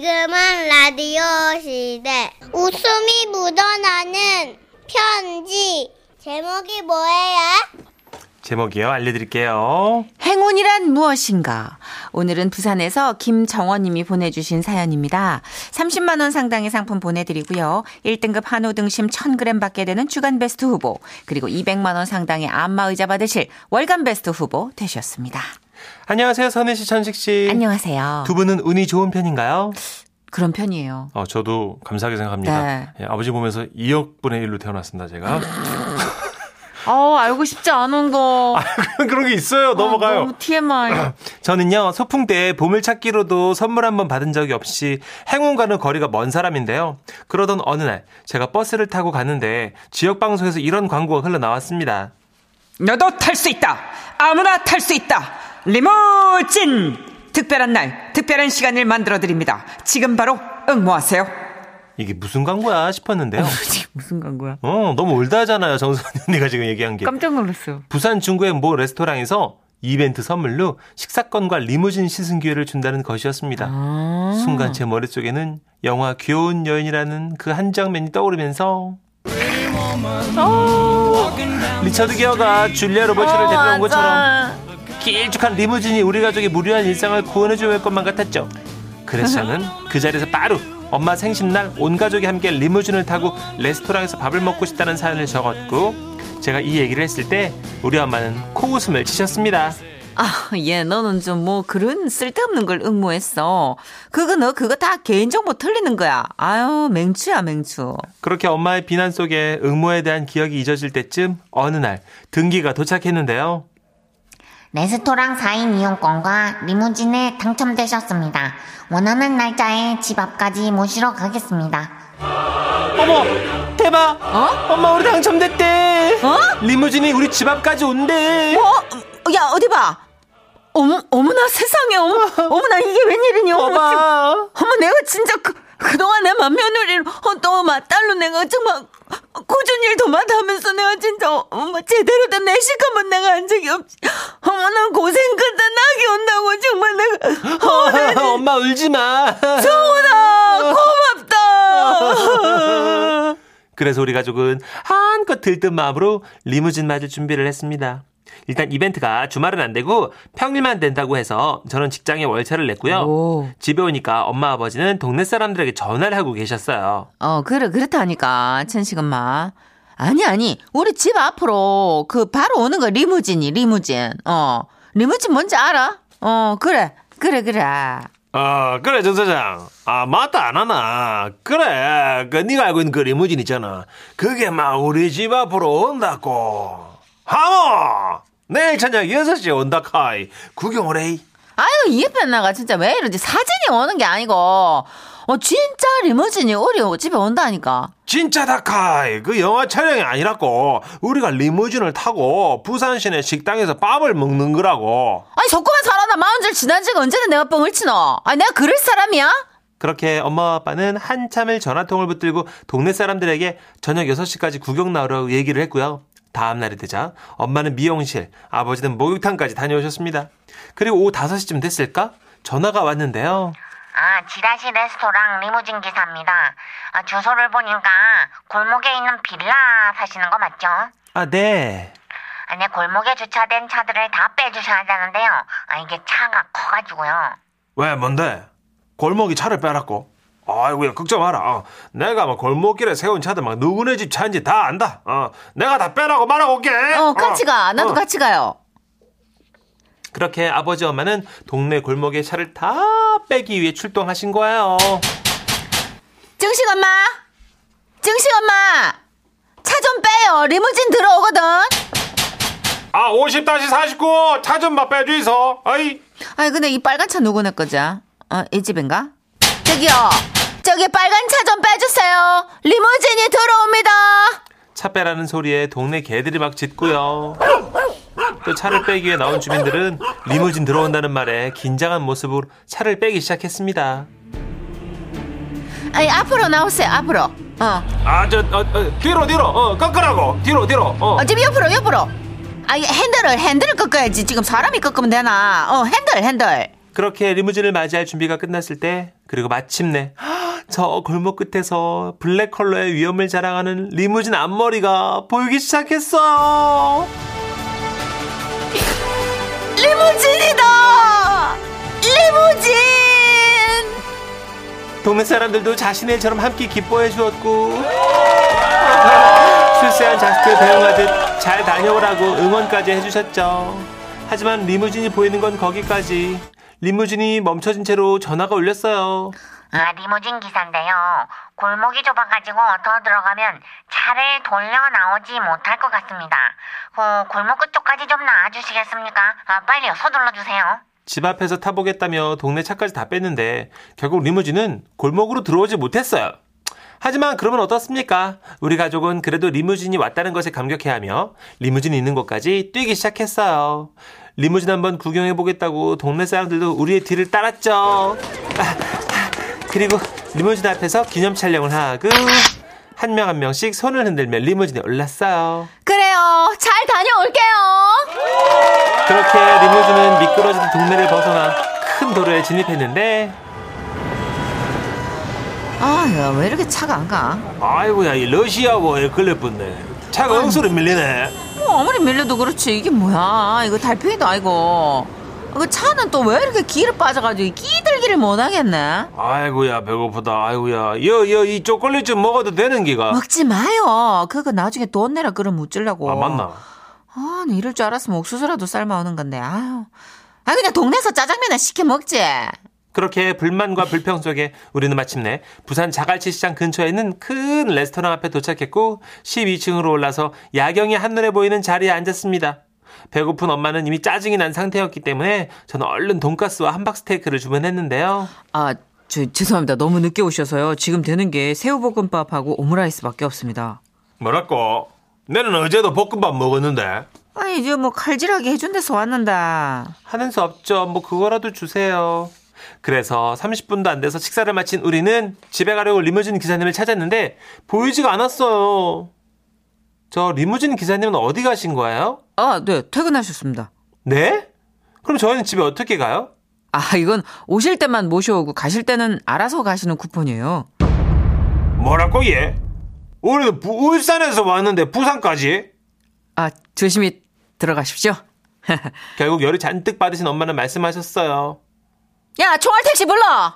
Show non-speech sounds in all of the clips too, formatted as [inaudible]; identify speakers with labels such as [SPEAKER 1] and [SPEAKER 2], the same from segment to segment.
[SPEAKER 1] 지금은 라디오 시대. 웃음이 묻어나는 편지. 제목이 뭐예요?
[SPEAKER 2] 제목이요. 알려드릴게요.
[SPEAKER 3] 행운이란 무엇인가? 오늘은 부산에서 김정원님이 보내주신 사연입니다. 30만원 상당의 상품 보내드리고요. 1등급 한우 등심 1000g 받게 되는 주간 베스트 후보, 그리고 200만원 상당의 안마의자 받으실 월간 베스트 후보 되셨습니다.
[SPEAKER 2] 안녕하세요. 선혜 씨, 천식
[SPEAKER 4] 예.
[SPEAKER 2] 씨.
[SPEAKER 3] 안녕하세요.
[SPEAKER 2] 두 분은 운이 좋은 편인가요?
[SPEAKER 3] 그런 편이에요.
[SPEAKER 2] 어, 저도 감사하게 생각합니다.
[SPEAKER 3] 네.
[SPEAKER 2] 예, 아버지 보면서 2억 분의 1로 태어났습니다, 제가. [laughs]
[SPEAKER 3] 어, 알고 싶지 않은 거.
[SPEAKER 2] 그런 게 있어요. 넘어가요.
[SPEAKER 3] 아, 너무 TMI.
[SPEAKER 2] 저는요, 소풍 때 보물찾기로도 선물 한번 받은 적이 없이 행운과는 거리가 먼 사람인데요. 그러던 어느 날, 제가 버스를 타고 가는데 지역방송에서 이런 광고가 흘러나왔습니다.
[SPEAKER 4] 너도 탈 수 있다. 아무나 탈 수 있다. 리무진! 특별한 날, 특별한 시간을 만들어 드립니다. 지금 바로 응모하세요.
[SPEAKER 2] 이게 무슨 광고야 싶었는데요.
[SPEAKER 3] [laughs] 지금 무슨 광고야?
[SPEAKER 2] 어, 너무 올드하잖아요. 정선이 언니가 지금 얘기한 게.
[SPEAKER 3] 깜짝 놀랐어요.
[SPEAKER 2] 부산 중구의 모 레스토랑에서 이벤트 선물로 식사권과 리무진 시승 기회를 준다는 것이었습니다. 순간 제 머릿속에는 영화 귀여운 여인이라는 그 한 장면이 떠오르면서 리처드 어. 기어가 줄리아 로버츠를 데려온 것처럼 길쭉한 리무진이 우리 가족의 무료한 일상을 구원해줄 줘 것만 같았죠. 그래서 저는 그 자리에서 바로 엄마 생신날 온 가족이 함께 리무진을 타고 레스토랑에서 밥을 먹고 싶다는 사연을 적었고 제가 이 얘기를 했을 때 우리 엄마는 코웃음을 치셨습니다.
[SPEAKER 3] 아, 얘 너는 좀 뭐 그런 쓸데없는 걸 응모했어. 그거 너 그거 다 개인정보 틀리는 거야. 아유, 맹추야, 맹추.
[SPEAKER 2] 그렇게 엄마의 비난 속에 응모에 대한 기억이 잊어질 때쯤 어느 날 등기가 도착했는데요.
[SPEAKER 5] 레스토랑 4인 이용권과 리무진에 당첨되셨습니다. 원하는 날짜에 집 앞까지 모시러 가겠습니다.
[SPEAKER 2] 어머 대박! 엄마 우리 당첨됐대.
[SPEAKER 3] 어?
[SPEAKER 2] 리무진이 우리 집 앞까지 온대.
[SPEAKER 3] 어? 야, 어디 봐. 어머, 어머나 세상에, 어머, 어머나 이게 웬일이냐, 어머. 지금.
[SPEAKER 2] 봐봐.
[SPEAKER 3] 어머, 내가 진짜 그, 그동안 내 맏며느리를, 어, 또, 맏딸로 내가 정말 꾸준히 일 도맡하면서 내가 진짜, 어머, 제대로 된 내식 한번 내가 한 적이 없지. 어머나 고생 끝에 낙이 온다고 정말 내가, 어,
[SPEAKER 2] 엄마 울지 마.
[SPEAKER 3] 정훈아 고맙다
[SPEAKER 2] [laughs] 그래서 우리 가족은 한껏 들뜬 마음으로 리무진 맞을 준비를 했습니다. 일단 이벤트가 주말은 안 되고 평일만 된다고 해서 저는 직장에 월차를 냈고요.
[SPEAKER 3] 오.
[SPEAKER 2] 집에 오니까 엄마 아버지는 동네 사람들에게 전화를 하고 계셨어요.
[SPEAKER 3] 어 그래 그렇다니까 천식 엄마 아니 아니 우리 집 앞으로 그 바로 오는 거 리무진이 리무진 어 리무진 뭔지 알아 어 그래 그래 그래
[SPEAKER 2] 아 그래 전 사장 아 맞다 안 하나 그래 그 네가 알고 있는 그 리무진 있잖아 그게 막 우리 집 앞으로 온다고 하모 내일 저녁 6시에 온다 카이 구경 오래이
[SPEAKER 3] 아유 이 예쁜 나가 진짜 왜 이러지 사진이 오는 게 아니고 어 진짜 리무진이 우리 집에 온다니까
[SPEAKER 2] 진짜다 카이 그 영화 촬영이 아니라고 우리가 리무진을 타고 부산 시내 식당에서 밥을 먹는 거라고
[SPEAKER 3] 아니 저거만 살아나 마흔 줄 지난 지가 언제나 내가 뻥을 치노 아니 내가 그럴 사람이야
[SPEAKER 2] 그렇게 엄마와 아빠는 한참을 전화통을 붙들고 동네 사람들에게 저녁 6시까지 구경 나오라고 얘기를 했고요. 다음 날이 되자 엄마는 미용실, 아버지는 목욕탕까지 다녀오셨습니다. 그리고 오후 5시쯤 됐을까? 전화가 왔는데요.
[SPEAKER 5] 아, 지라시 레스토랑 리무진 기사입니다. 아, 주소를 보니까 골목에 있는 빌라 사시는 거 맞죠?
[SPEAKER 2] 아, 네.
[SPEAKER 5] 아, 네, 골목에 주차된 차들을 다 빼주셔야 하는데요. 아, 이게 차가 커가지고요.
[SPEAKER 2] 왜, 뭔데? 골목이 차를 빼놨고. 아이고야, 걱정 마라. 어, 내가 막 골목길에 세운 차들 막 누구네 집 차인지 다 안다. 어, 내가 다 빼라고 말하고 올게.
[SPEAKER 3] 어 같이 가 나도
[SPEAKER 2] 어.
[SPEAKER 3] 같이 가요
[SPEAKER 2] 그렇게 아버지 엄마는 동네 골목에 차를 다 빼기 위해 출동하신 거예요.
[SPEAKER 3] 증식 엄마! 증식 엄마! 차 좀 빼요. 리무진 들어오거든.
[SPEAKER 2] 아, 50-49! 차 좀 맛 빼주이소! 아이!
[SPEAKER 3] 아니, 근데 이 빨간 차 누구네 거지? 어, 이 집인가? 저기요. 저기 빨간 차 좀 빼주세요. 리무진이 들어옵니다.
[SPEAKER 2] 차 빼라는 소리에 동네 개들이 막 짖고요. 또 차를 빼기 위해 나온 주민들은 리무진 들어온다는 말에 긴장한 모습으로 차를 빼기 시작했습니다.
[SPEAKER 3] 아니, 앞으로 나오세요. 앞으로. 어.
[SPEAKER 2] 아, 저, 어, 어, 뒤로, 뒤로! 어, 꺾으라고! 뒤로, 뒤로! 어.
[SPEAKER 3] 어, 지금 옆으로, 옆으로. 아니, 핸들을, 핸들을 꺾어야지. 지금 사람이 꺾으면 되나. 어, 핸들, 핸들.
[SPEAKER 2] 그렇게 리무진을 맞이할 준비가 끝났을 때 그리고 마침내 [gasps] 저 골목 끝에서 블랙 컬러의 위험을 자랑하는 리무진 앞머리가 보이기 시작했어요.
[SPEAKER 3] 리무진이다! 리무진!
[SPEAKER 2] 동네 사람들도 자신의 처럼 함께 기뻐해 주었고 [laughs] 출세한 자식들 배웅하듯 잘 다녀오라고 응원까지 해주셨죠. 하지만 리무진이 보이는 건 거기까지. 리무진이 멈춰진 채로 전화가 울렸어요.
[SPEAKER 5] 아, 리무진 기사인데요. 골목이 좁아가지고 더 들어가면 차를 돌려 나오지 못할 것 같습니다. 어, 골목 끝 쪽까지 좀 나와주시겠습니까? 아, 빨리요. 서둘러 주세요.
[SPEAKER 2] 집 앞에서 타보겠다며 동네 차까지 다 뺐는데 결국 리무진은 골목으로 들어오지 못했어요. 하지만 그러면 어떻습니까? 우리 가족은 그래도 리무진이 왔다는 것에 감격해 하며 리무진이 있는 곳까지 뛰기 시작했어요. 리무진 한번 구경해 보겠다고 동네 사람들도 우리의 뒤를 따랐죠. [laughs] 아, 아, 그리고 리무진 앞에서 기념 촬영을 하고 한 명 한 명씩 손을 흔들며 리무진에 올랐어요.
[SPEAKER 3] 그래요. 잘 다녀올게요.
[SPEAKER 2] 그렇게 리무진은 미끄러진 동네를 벗어나 큰 도로에 진입했는데
[SPEAKER 3] 아, 왜 이렇게 차가 안 가?
[SPEAKER 2] 아이고야 이 러시아워에 걸려붙네 차가 응수로 밀리네
[SPEAKER 3] 뭐 아무리 밀려도 그렇지. 이게 뭐야? 이거 달팽이도 아니고. 그 차는 또 왜 이렇게 길을 빠져가지고 끼들기를 못 하겠네.
[SPEAKER 2] 아이고야 배고프다 아이고야 여여 이 초콜릿 좀 먹어도 되는 기가
[SPEAKER 3] 먹지 마요. 그거 나중에 돈 내라 그럼 어쩌려고.
[SPEAKER 2] 아 맞나
[SPEAKER 3] 아, 나 이럴 줄 알았으면 옥수수라도 삶아 오는 건데. 아유. 아 그냥 동네에서 짜장면이나 시켜 먹지.
[SPEAKER 2] 그렇게 불만과 불평 속에 우리는 마침내 부산 자갈치 시장 근처에 있는 큰 레스토랑 앞에 도착했고 12층으로 올라서 야경이 한눈에 보이는 자리에 앉았습니다 배고픈 엄마는 이미 짜증이 난 상태였기 때문에 저는 얼른 돈가스와 함박스테이크를 주문했는데요
[SPEAKER 6] 아, 저, 죄송합니다. 너무 늦게 오셔서요. 지금 되는 게 새우볶음밥하고 오므라이스밖에 없습니다.
[SPEAKER 2] 뭐라고 나는 어제도 볶음밥 먹었는데
[SPEAKER 6] 아니, 이제 뭐 칼질하게 해준 데서 왔는데. 아,
[SPEAKER 2] 하는 수 없죠. 뭐 그거라도 주세요. 그래서 30분도 안 돼서 식사를 마친 우리는 집에 가려고 리무진 기사님을 찾았는데 보이지가 않았어요. 저 리무진 기사님은 어디 가신 거예요?
[SPEAKER 6] 아, 네. 퇴근하셨습니다.
[SPEAKER 2] 네? 그럼 저희는 집에 어떻게 가요?
[SPEAKER 6] 아, 이건 오실 때만 모셔오고 가실 때는 알아서 가시는 쿠폰이에요.
[SPEAKER 2] 뭐라고 얘? 우리는 부- 울산에서 왔는데 부산까지?
[SPEAKER 6] 아, 조심히 들어가십시오. [laughs]
[SPEAKER 2] 결국 열이 잔뜩 받으신 엄마는 말씀하셨어요.
[SPEAKER 3] 야, 총알 택시 불러!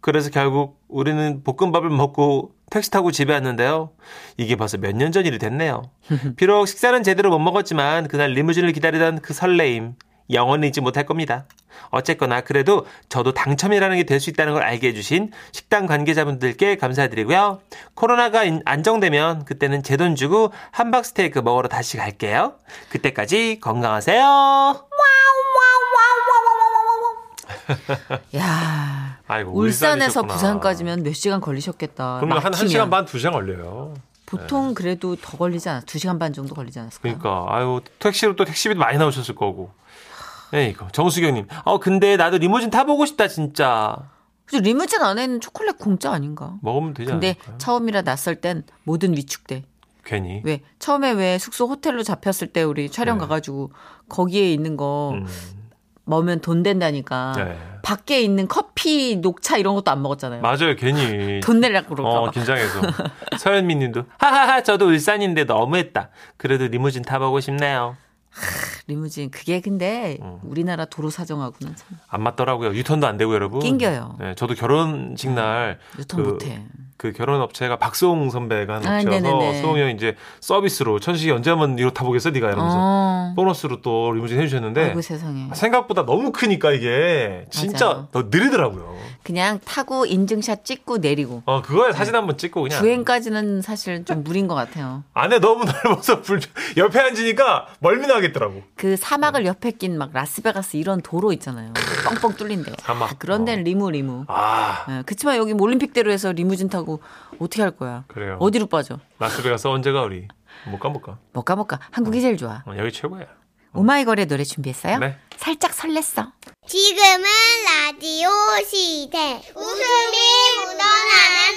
[SPEAKER 2] 그래서 결국 우리는 볶음밥을 먹고 택시 타고 집에 왔는데요. 이게 벌써 몇 년 전
[SPEAKER 6] [laughs]
[SPEAKER 2] 일이 됐네요. 비록 식사는 제대로 못 먹었지만 그날 리무진을 기다리던 그 설레임 영원히 잊지 못할 겁니다. 어쨌거나 그래도 저도 당첨이라는 게 될 수 있다는 걸 알게 해주신 식당 관계자분들께 감사드리고요. 코로나가 인- 안정되면 그때는 제 돈 주고 함박스테이크 먹으러 다시 갈게요. 그때까지 건강하세요.
[SPEAKER 6] 야
[SPEAKER 2] 아이고,
[SPEAKER 6] 울산에서 부산까지면 몇 시간 걸리셨겠다. 막히면.
[SPEAKER 2] 반, 2시간 걸려요.
[SPEAKER 6] 보통 그래도 더 걸리지 않아. 두 시간 반 정도 걸리지 않았을까요?
[SPEAKER 2] 네. 그러니까 아유 택시로 또 택시비도 많이 나오셨을 거고. 예, 에이거 정수경님. 어 근데 나도 리무진 타보고 싶다 진짜.
[SPEAKER 6] 그죠? 리무진 안에 있는 초콜릿 공짜 아닌가?
[SPEAKER 2] 먹으면 되지
[SPEAKER 6] 근데
[SPEAKER 2] 않을까요?
[SPEAKER 6] 처음이라 낯설 땐 모든 위축돼.
[SPEAKER 2] 괜히.
[SPEAKER 6] 왜 처음에 왜 숙소 호텔로 잡혔을 때 우리 촬영
[SPEAKER 2] 네.
[SPEAKER 6] 가가지고 거기에 있는 거
[SPEAKER 2] 음,
[SPEAKER 6] 먹으면 돈 된다니까.
[SPEAKER 2] 네.
[SPEAKER 6] 밖에 있는 커피, 녹차 이런 것도 안 먹었잖아요.
[SPEAKER 2] 맞아요 괜히.
[SPEAKER 6] 돈 내려고 그럴까
[SPEAKER 2] 어
[SPEAKER 6] 봐.
[SPEAKER 2] 긴장해서. 서현미님도 하하하 저도 울산인데 너무했다. 그래도 리무진 타보고 싶네요.
[SPEAKER 6] 리무진 그게 근데
[SPEAKER 2] 어.
[SPEAKER 6] 우리나라 도로 사정하고는 참
[SPEAKER 2] 안 맞더라고요. 유턴도 안 되고 여러분.
[SPEAKER 6] 낑겨요.
[SPEAKER 2] 네, 저도 결혼식 날.
[SPEAKER 6] 유턴
[SPEAKER 2] 그-
[SPEAKER 6] 못해.
[SPEAKER 2] 그 결혼 업체가 박수홍 선배가 한
[SPEAKER 6] 아,
[SPEAKER 2] 업체여서
[SPEAKER 6] 네네네.
[SPEAKER 2] 수홍이 형 이제 서비스로 천식이 언제 한번 이거 타보겠어 네가 이러면서 네.
[SPEAKER 6] 어.
[SPEAKER 2] 보너스로 또 리무진 해주셨는데
[SPEAKER 6] 아이고 세상에.
[SPEAKER 2] 생각보다 너무 크니까 이게 진짜
[SPEAKER 6] 맞아요.
[SPEAKER 2] 더 느리더라고요.
[SPEAKER 6] 그냥 타고 인증샷 찍고 내리고.
[SPEAKER 2] 어 그거에 사진 한번 찍고 그냥
[SPEAKER 6] 네. 주행까지는 사실 좀 무리인 것 같아요.
[SPEAKER 2] 안에 너무 [laughs] 넓어서 불 옆에 앉으니까 멀미나겠더라고.
[SPEAKER 6] 그
[SPEAKER 2] 네.
[SPEAKER 6] 사막을 옆에 낀 막 라스베가스 이런 도로 있잖아요. 뻥뻥 뚫린데.
[SPEAKER 2] 사막.
[SPEAKER 6] 아,
[SPEAKER 2] 어.
[SPEAKER 6] 그런 데는 리무 리무.
[SPEAKER 2] 아
[SPEAKER 6] 예, 그렇지만 여기 올림픽대로에서 리무진 타고 어떻게 할 거야?
[SPEAKER 2] 그래요.
[SPEAKER 6] 어디로 빠져?
[SPEAKER 2] 라스베가스 언제가 우리 못 가볼까?
[SPEAKER 6] 못 가 못 가. 한국이 제일 좋아.
[SPEAKER 2] 어, 여기 최고야.
[SPEAKER 6] 오마이걸의 노래 준비했어요?
[SPEAKER 2] 네.
[SPEAKER 6] 살짝 설렜어.
[SPEAKER 1] 지금은 라디오 시대. 웃음이 묻어나는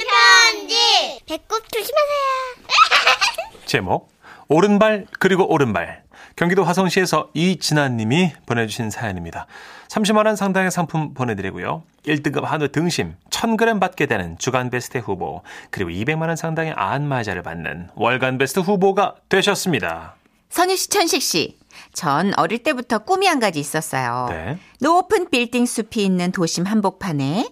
[SPEAKER 1] 편지. 배꼽 조심하세요.
[SPEAKER 2] 제목 오른발 그리고 오른발 경기도 화성시에서 이진아님이 보내주신 사연입니다. 30만 원 상당의 상품 보내드리고요. 1등급 한우 등심 1000g 받게 되는 주간 베스트 후보, 그리고 200만 원 상당의 안마자를 받는 월간 베스트 후보가 되셨습니다.
[SPEAKER 3] 선희 씨, 천식 씨. 전 어릴 때부터 꿈이 한 가지 있었어요.
[SPEAKER 2] 네.
[SPEAKER 3] 높은 빌딩 숲이 있는 도심 한복판에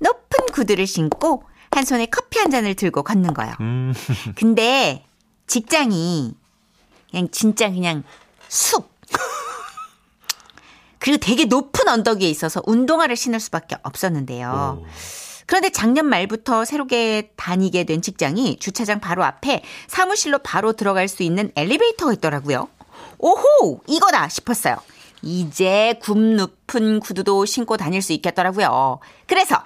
[SPEAKER 3] 높은 구두를 신고 한 손에 커피 한 잔을 들고 걷는 거요.
[SPEAKER 2] 음.
[SPEAKER 3] 근데 직장이 그냥 진짜 그냥 숲. 그리고 되게 높은 언덕에 있어서 운동화를 신을 수밖에 없었는데요. 그런데 작년 말부터 새롭게 다니게 된 직장이 주차장 바로 앞에 사무실로 바로 들어갈 수 있는 엘리베이터가 있더라고요. 오호! 이거다! 싶었어요. 이제 굽 높은 구두도 신고 다닐 수 있겠더라고요. 그래서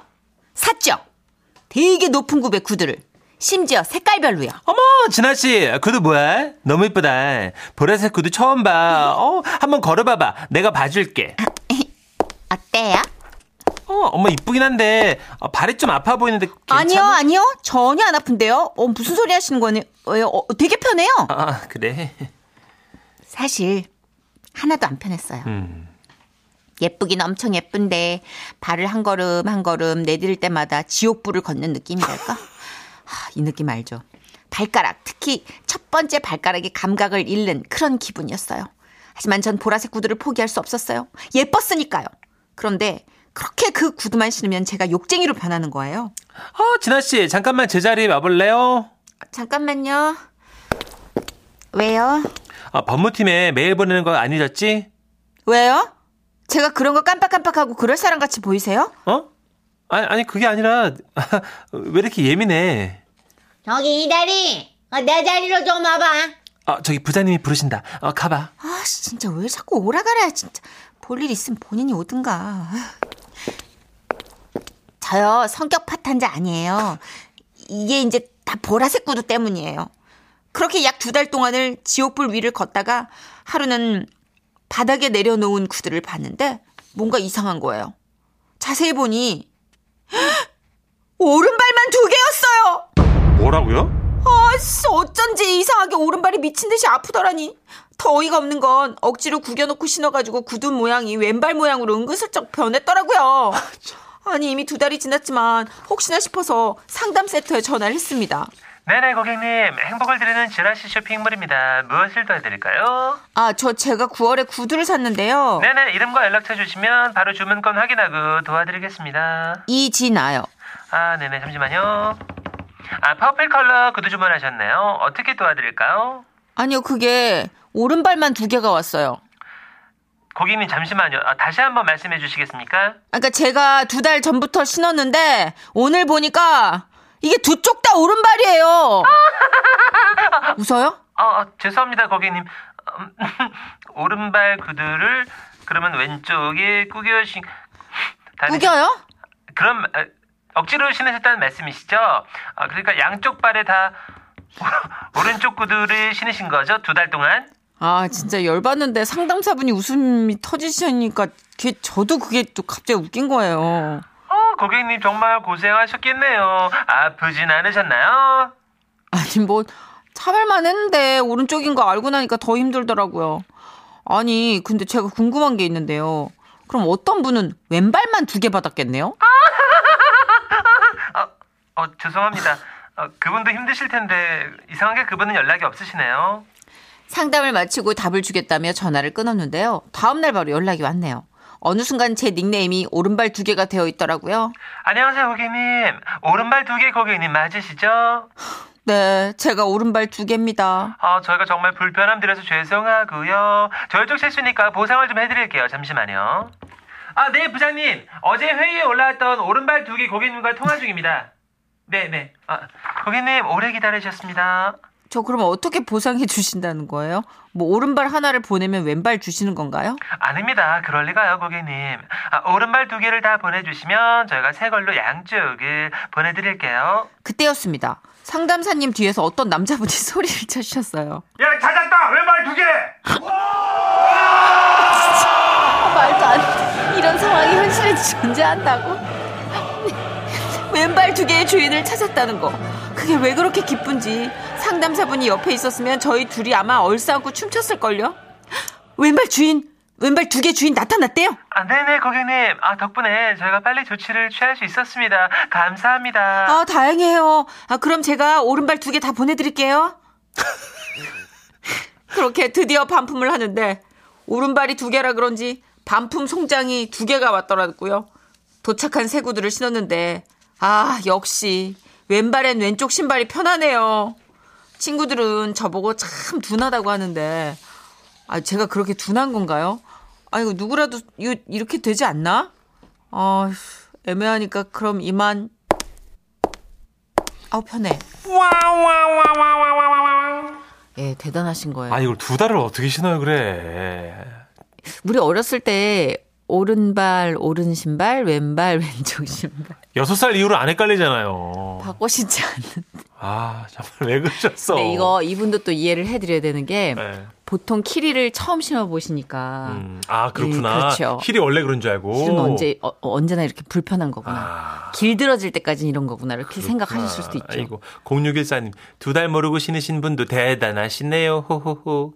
[SPEAKER 3] 샀죠! 되게 높은 굽의 구두를. 심지어 색깔별로요.
[SPEAKER 2] 어머, 진아 씨, 구두 뭐야? 너무 이쁘다. 보라색 구두 처음 봐. 어, 한번 걸어봐봐. 내가 봐줄게.
[SPEAKER 3] 어때요?
[SPEAKER 2] 어, 엄마 이쁘긴 한데 어, 발이 좀 아파 보이는데 괜찮아?
[SPEAKER 3] 아니요, 아니요. 전혀 안 아픈데요. 어, 무슨 소리 하시는 거예요? 어, 되게 편해요.
[SPEAKER 2] 아, 그래.
[SPEAKER 3] 사실 하나도 안 편했어요.
[SPEAKER 2] 음.
[SPEAKER 3] 예쁘긴 엄청 예쁜데 발을 한 걸음 한 걸음 내디딜 때마다 지옥불을 걷는 느낌이랄까? 하, 이 느낌 알죠? 발가락, 특히 첫 번째 발가락의 감각을 잃는 그런 기분이었어요. 하지만 전 보라색 구두를 포기할 수 없었어요. 예뻤으니까요. 그런데 그렇게 그 구두만 신으면 제가 욕쟁이로 변하는 거예요.
[SPEAKER 2] 어, 진아 씨, 잠깐만 제자리에 와볼래요?
[SPEAKER 3] 잠깐만요. 왜요?
[SPEAKER 2] 아, 법무팀에 메일 보내는 거 안 잊었지?
[SPEAKER 3] 왜요? 제가 그런 거 깜빡깜빡하고 그럴 사람 같이 보이세요?
[SPEAKER 2] 어? 아니, 아니 그게 아니라 [laughs] 왜 이렇게 예민해?
[SPEAKER 1] 저기 이다리, 어, 내 자리로 좀 와봐.
[SPEAKER 2] 아, 저기 부장님이 부르신다. 어, 가봐.
[SPEAKER 3] 아, 씨, 진짜 왜 자꾸 오라가라, 진짜. 볼 일 있으면 본인이 오든가. 아휴. 저요, 성격 파탄자 아니에요. 이게 이제 다 보라색 구두 때문이에요. 그렇게 약 두 달 동안을 지옥불 위를 걷다가 하루는 바닥에 내려놓은 구두를 봤는데 뭔가 이상한 거예요. 자세히 보니 헉! 오른발만 두 개였어요!
[SPEAKER 2] 뭐라고요?
[SPEAKER 3] 아씨 어쩐지 이상하게 오른발이 미친 듯이 아프더라니 더 어이가 없는 건 억지로 구겨놓고 신어가지고 구두 모양이 왼발 모양으로 은근슬쩍 변했더라고요 아니 이미 두 달이 지났지만 혹시나 싶어서 상담 센터에 전화를 했습니다
[SPEAKER 2] 네네, 고객님. 행복을 드리는 진아 씨 쇼핑몰입니다. 무엇을 도와드릴까요?
[SPEAKER 3] 아 저 제가 9월에 구두를 샀는데요
[SPEAKER 2] 네네, 이름과 연락처 주시면 바로 주문건 확인하고 도와드리겠습니다.
[SPEAKER 3] 이진아요
[SPEAKER 2] 아, 네네, 잠시만요. 아, 퍼플 컬러 구두 주문하셨네요. 어떻게 도와드릴까요?
[SPEAKER 3] 아니요 그게 오른발만 두 개가 왔어요
[SPEAKER 2] 고객님, 잠시만요. 아, 다시 한번 말씀해 주시겠습니까?
[SPEAKER 3] 그러니까 제가 두 달 전부터 신었는데 오늘 보니까 이게 두 쪽 다 오른발이에요 웃어요?
[SPEAKER 2] 아, 아, 죄송합니다, 고객님. 음, [laughs] 오른발 구두를 그러면 왼쪽에 꾸겨신 다니-
[SPEAKER 3] 우겨요?
[SPEAKER 2] 그럼 아, 억지로 신으셨다는 말씀이시죠? 아, 그러니까 양쪽 발에 다 [laughs] 오- 오른쪽 구두를 신으신 거죠? 두 달 동안?
[SPEAKER 6] 아 진짜 열받는데 상담사분이 웃음이 터지시니까 그게 저도 그게 또 갑자기 웃긴 거예요.
[SPEAKER 2] 어, 고객님 정말 고생하셨겠네요. 아프진 않으셨나요?
[SPEAKER 6] 아니 뭐 차별만 했는데 오른쪽인 거 알고 나니까 더 힘들더라고요. 아니 근데 제가 궁금한 게 있는데요. 그럼 어떤 분은 왼발만 두 개 받았겠네요?
[SPEAKER 2] 어, 죄송합니다. 어, 그분도 힘드실 텐데 이상하게 그분은 연락이 없으시네요.
[SPEAKER 3] 상담을 마치고 답을 주겠다며 전화를 끊었는데요. 다음날 바로 연락이 왔네요. 어느 순간 제 닉네임이 오른발 두 개가 되어 있더라고요.
[SPEAKER 2] 안녕하세요, 고객님. 오른발 두 개 고객님 맞으시죠?
[SPEAKER 6] 네, 제가 오른발 두 개입니다.
[SPEAKER 2] 아, 저희가 정말 불편함 드려서 죄송하고요. 저희 쪽 실수니까 보상을 좀 해드릴게요. 잠시만요. 아, 네, 부장님. 어제 회의에 올라왔던 오른발 두 개 고객님과 통화 중입니다. 네, 네. 아, 고객님, 오래 기다리셨습니다.
[SPEAKER 6] 저 그럼 어떻게 보상해 주신다는 거예요? 뭐 오른발 하나를 보내면 왼발 주시는 건가요?
[SPEAKER 2] 아닙니다. 그럴 리가요, 고객님. 아, 오른발 두 개를 다 보내주시면 저희가 새 걸로 양쪽을 보내드릴게요.
[SPEAKER 6] 그때였습니다. 상담사님 뒤에서 어떤 남자분이 [laughs] 소리를 쳐주셨어요.
[SPEAKER 2] 야, 찾았다! 예, 왼발 두 개!
[SPEAKER 6] 말도 안 돼. 이런 상황이 현실에 존재한다고? 왼발 두 개의 주인을 찾았다는 거. 그게 왜 그렇게 기쁜지 상담사분이 옆에 있었으면 저희 둘이 아마 얼싸안고 춤췄을걸요? 왼발 주인
[SPEAKER 3] 왼발 두 개 주인 나타났대요.
[SPEAKER 7] 아, 네네, 고객님. 아, 덕분에 저희가 빨리 조치를 취할 수 있었습니다. 감사합니다.
[SPEAKER 3] 아, 다행이에요. 아, 그럼 제가 오른발 두 개 다 보내드릴게요. [laughs] 그렇게 드디어 반품을 하는데, 오른발이 두 개라 그런지 반품 송장이 두 개가 왔더라고요. 도착한 새 구두를 신었는데, 아, 역시, 왼발엔 왼쪽 신발이 편하네요. 친구들은 저보고 참 둔하다고 하는데, 아, 제가 그렇게 둔한 건가요? 아, 이거 누구라도 이거 이렇게 되지 않나? 아, 애매하니까 그럼 이만 아우 편해. 예, 대단하신 거예요.
[SPEAKER 2] 아 이걸 두 달을 어떻게 신어요 그래?
[SPEAKER 3] 우리 어렸을 때 오른발 오른 신발, 왼발 [laughs] 왼쪽 신발
[SPEAKER 2] 여섯 살 이후로 안 헷갈리잖아요.
[SPEAKER 3] 바꿔 신지 않는.
[SPEAKER 2] 아 정말 왜 그러셨어?
[SPEAKER 3] 근데 네, 이거 이분도 또 이해를 해드려야 되는 게
[SPEAKER 2] 네.
[SPEAKER 3] 보통 키리를 처음 신어 보시니까
[SPEAKER 2] 음, 아 그렇구나.
[SPEAKER 3] 예, 그렇죠.
[SPEAKER 2] 힐이 원래 그런 줄 알고.
[SPEAKER 3] 실은 언제 어, 어, 언제나 이렇게 불편한 거구나.
[SPEAKER 2] 아,
[SPEAKER 3] 길들어질 때까지 이런 거구나 이렇게 생각하실 수도 있죠.
[SPEAKER 2] 아이고 0614님 두 달 모르고 신으신 분도 대단하시네요. 호호호.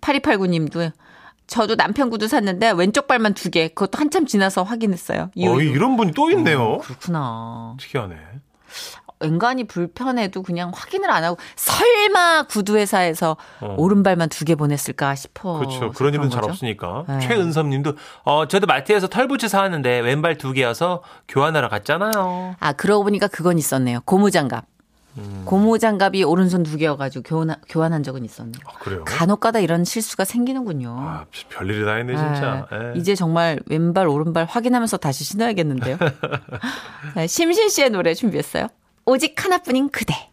[SPEAKER 3] 8289님도 저도 남편 구두 샀는데 왼쪽 발만 두 개. 그것도 한참 지나서 확인했어요. 이유로. 음.
[SPEAKER 2] 어이 이런 분이 또 있네요.
[SPEAKER 3] 그렇구나.
[SPEAKER 2] 특이하네.
[SPEAKER 3] 앵간히 불편해도 그냥 확인을 안 하고 설마 구두 회사에서
[SPEAKER 2] 어.
[SPEAKER 3] 오른발만 두 개 보냈을까 싶어.
[SPEAKER 2] 그렇죠. 그런 일은 잘
[SPEAKER 3] 거죠?
[SPEAKER 2] 없으니까.
[SPEAKER 3] 네.
[SPEAKER 2] 최은섭님도 어 저도 마트에서 털부츠 사왔는데 왼발 두 개여서 교환하러 갔잖아요.
[SPEAKER 3] 아 그러고 보니까 그건 있었네요. 고무장갑.
[SPEAKER 2] 음.
[SPEAKER 3] 고무장갑이 오른손 두 개여가지고 교환, 교환한 적은 있었네요.
[SPEAKER 2] 아, 그래요?
[SPEAKER 3] 간혹가다 이런 실수가 생기는군요.
[SPEAKER 2] 아 별일이 다 했네 진짜.
[SPEAKER 3] 네.
[SPEAKER 2] 예.
[SPEAKER 3] 이제 정말 왼발 오른발
[SPEAKER 2] [laughs]
[SPEAKER 3] 확인하면서 다시 신어야겠는데요. 네, 심신 씨의 노래 준비했어요. 오직 하나뿐인 그대.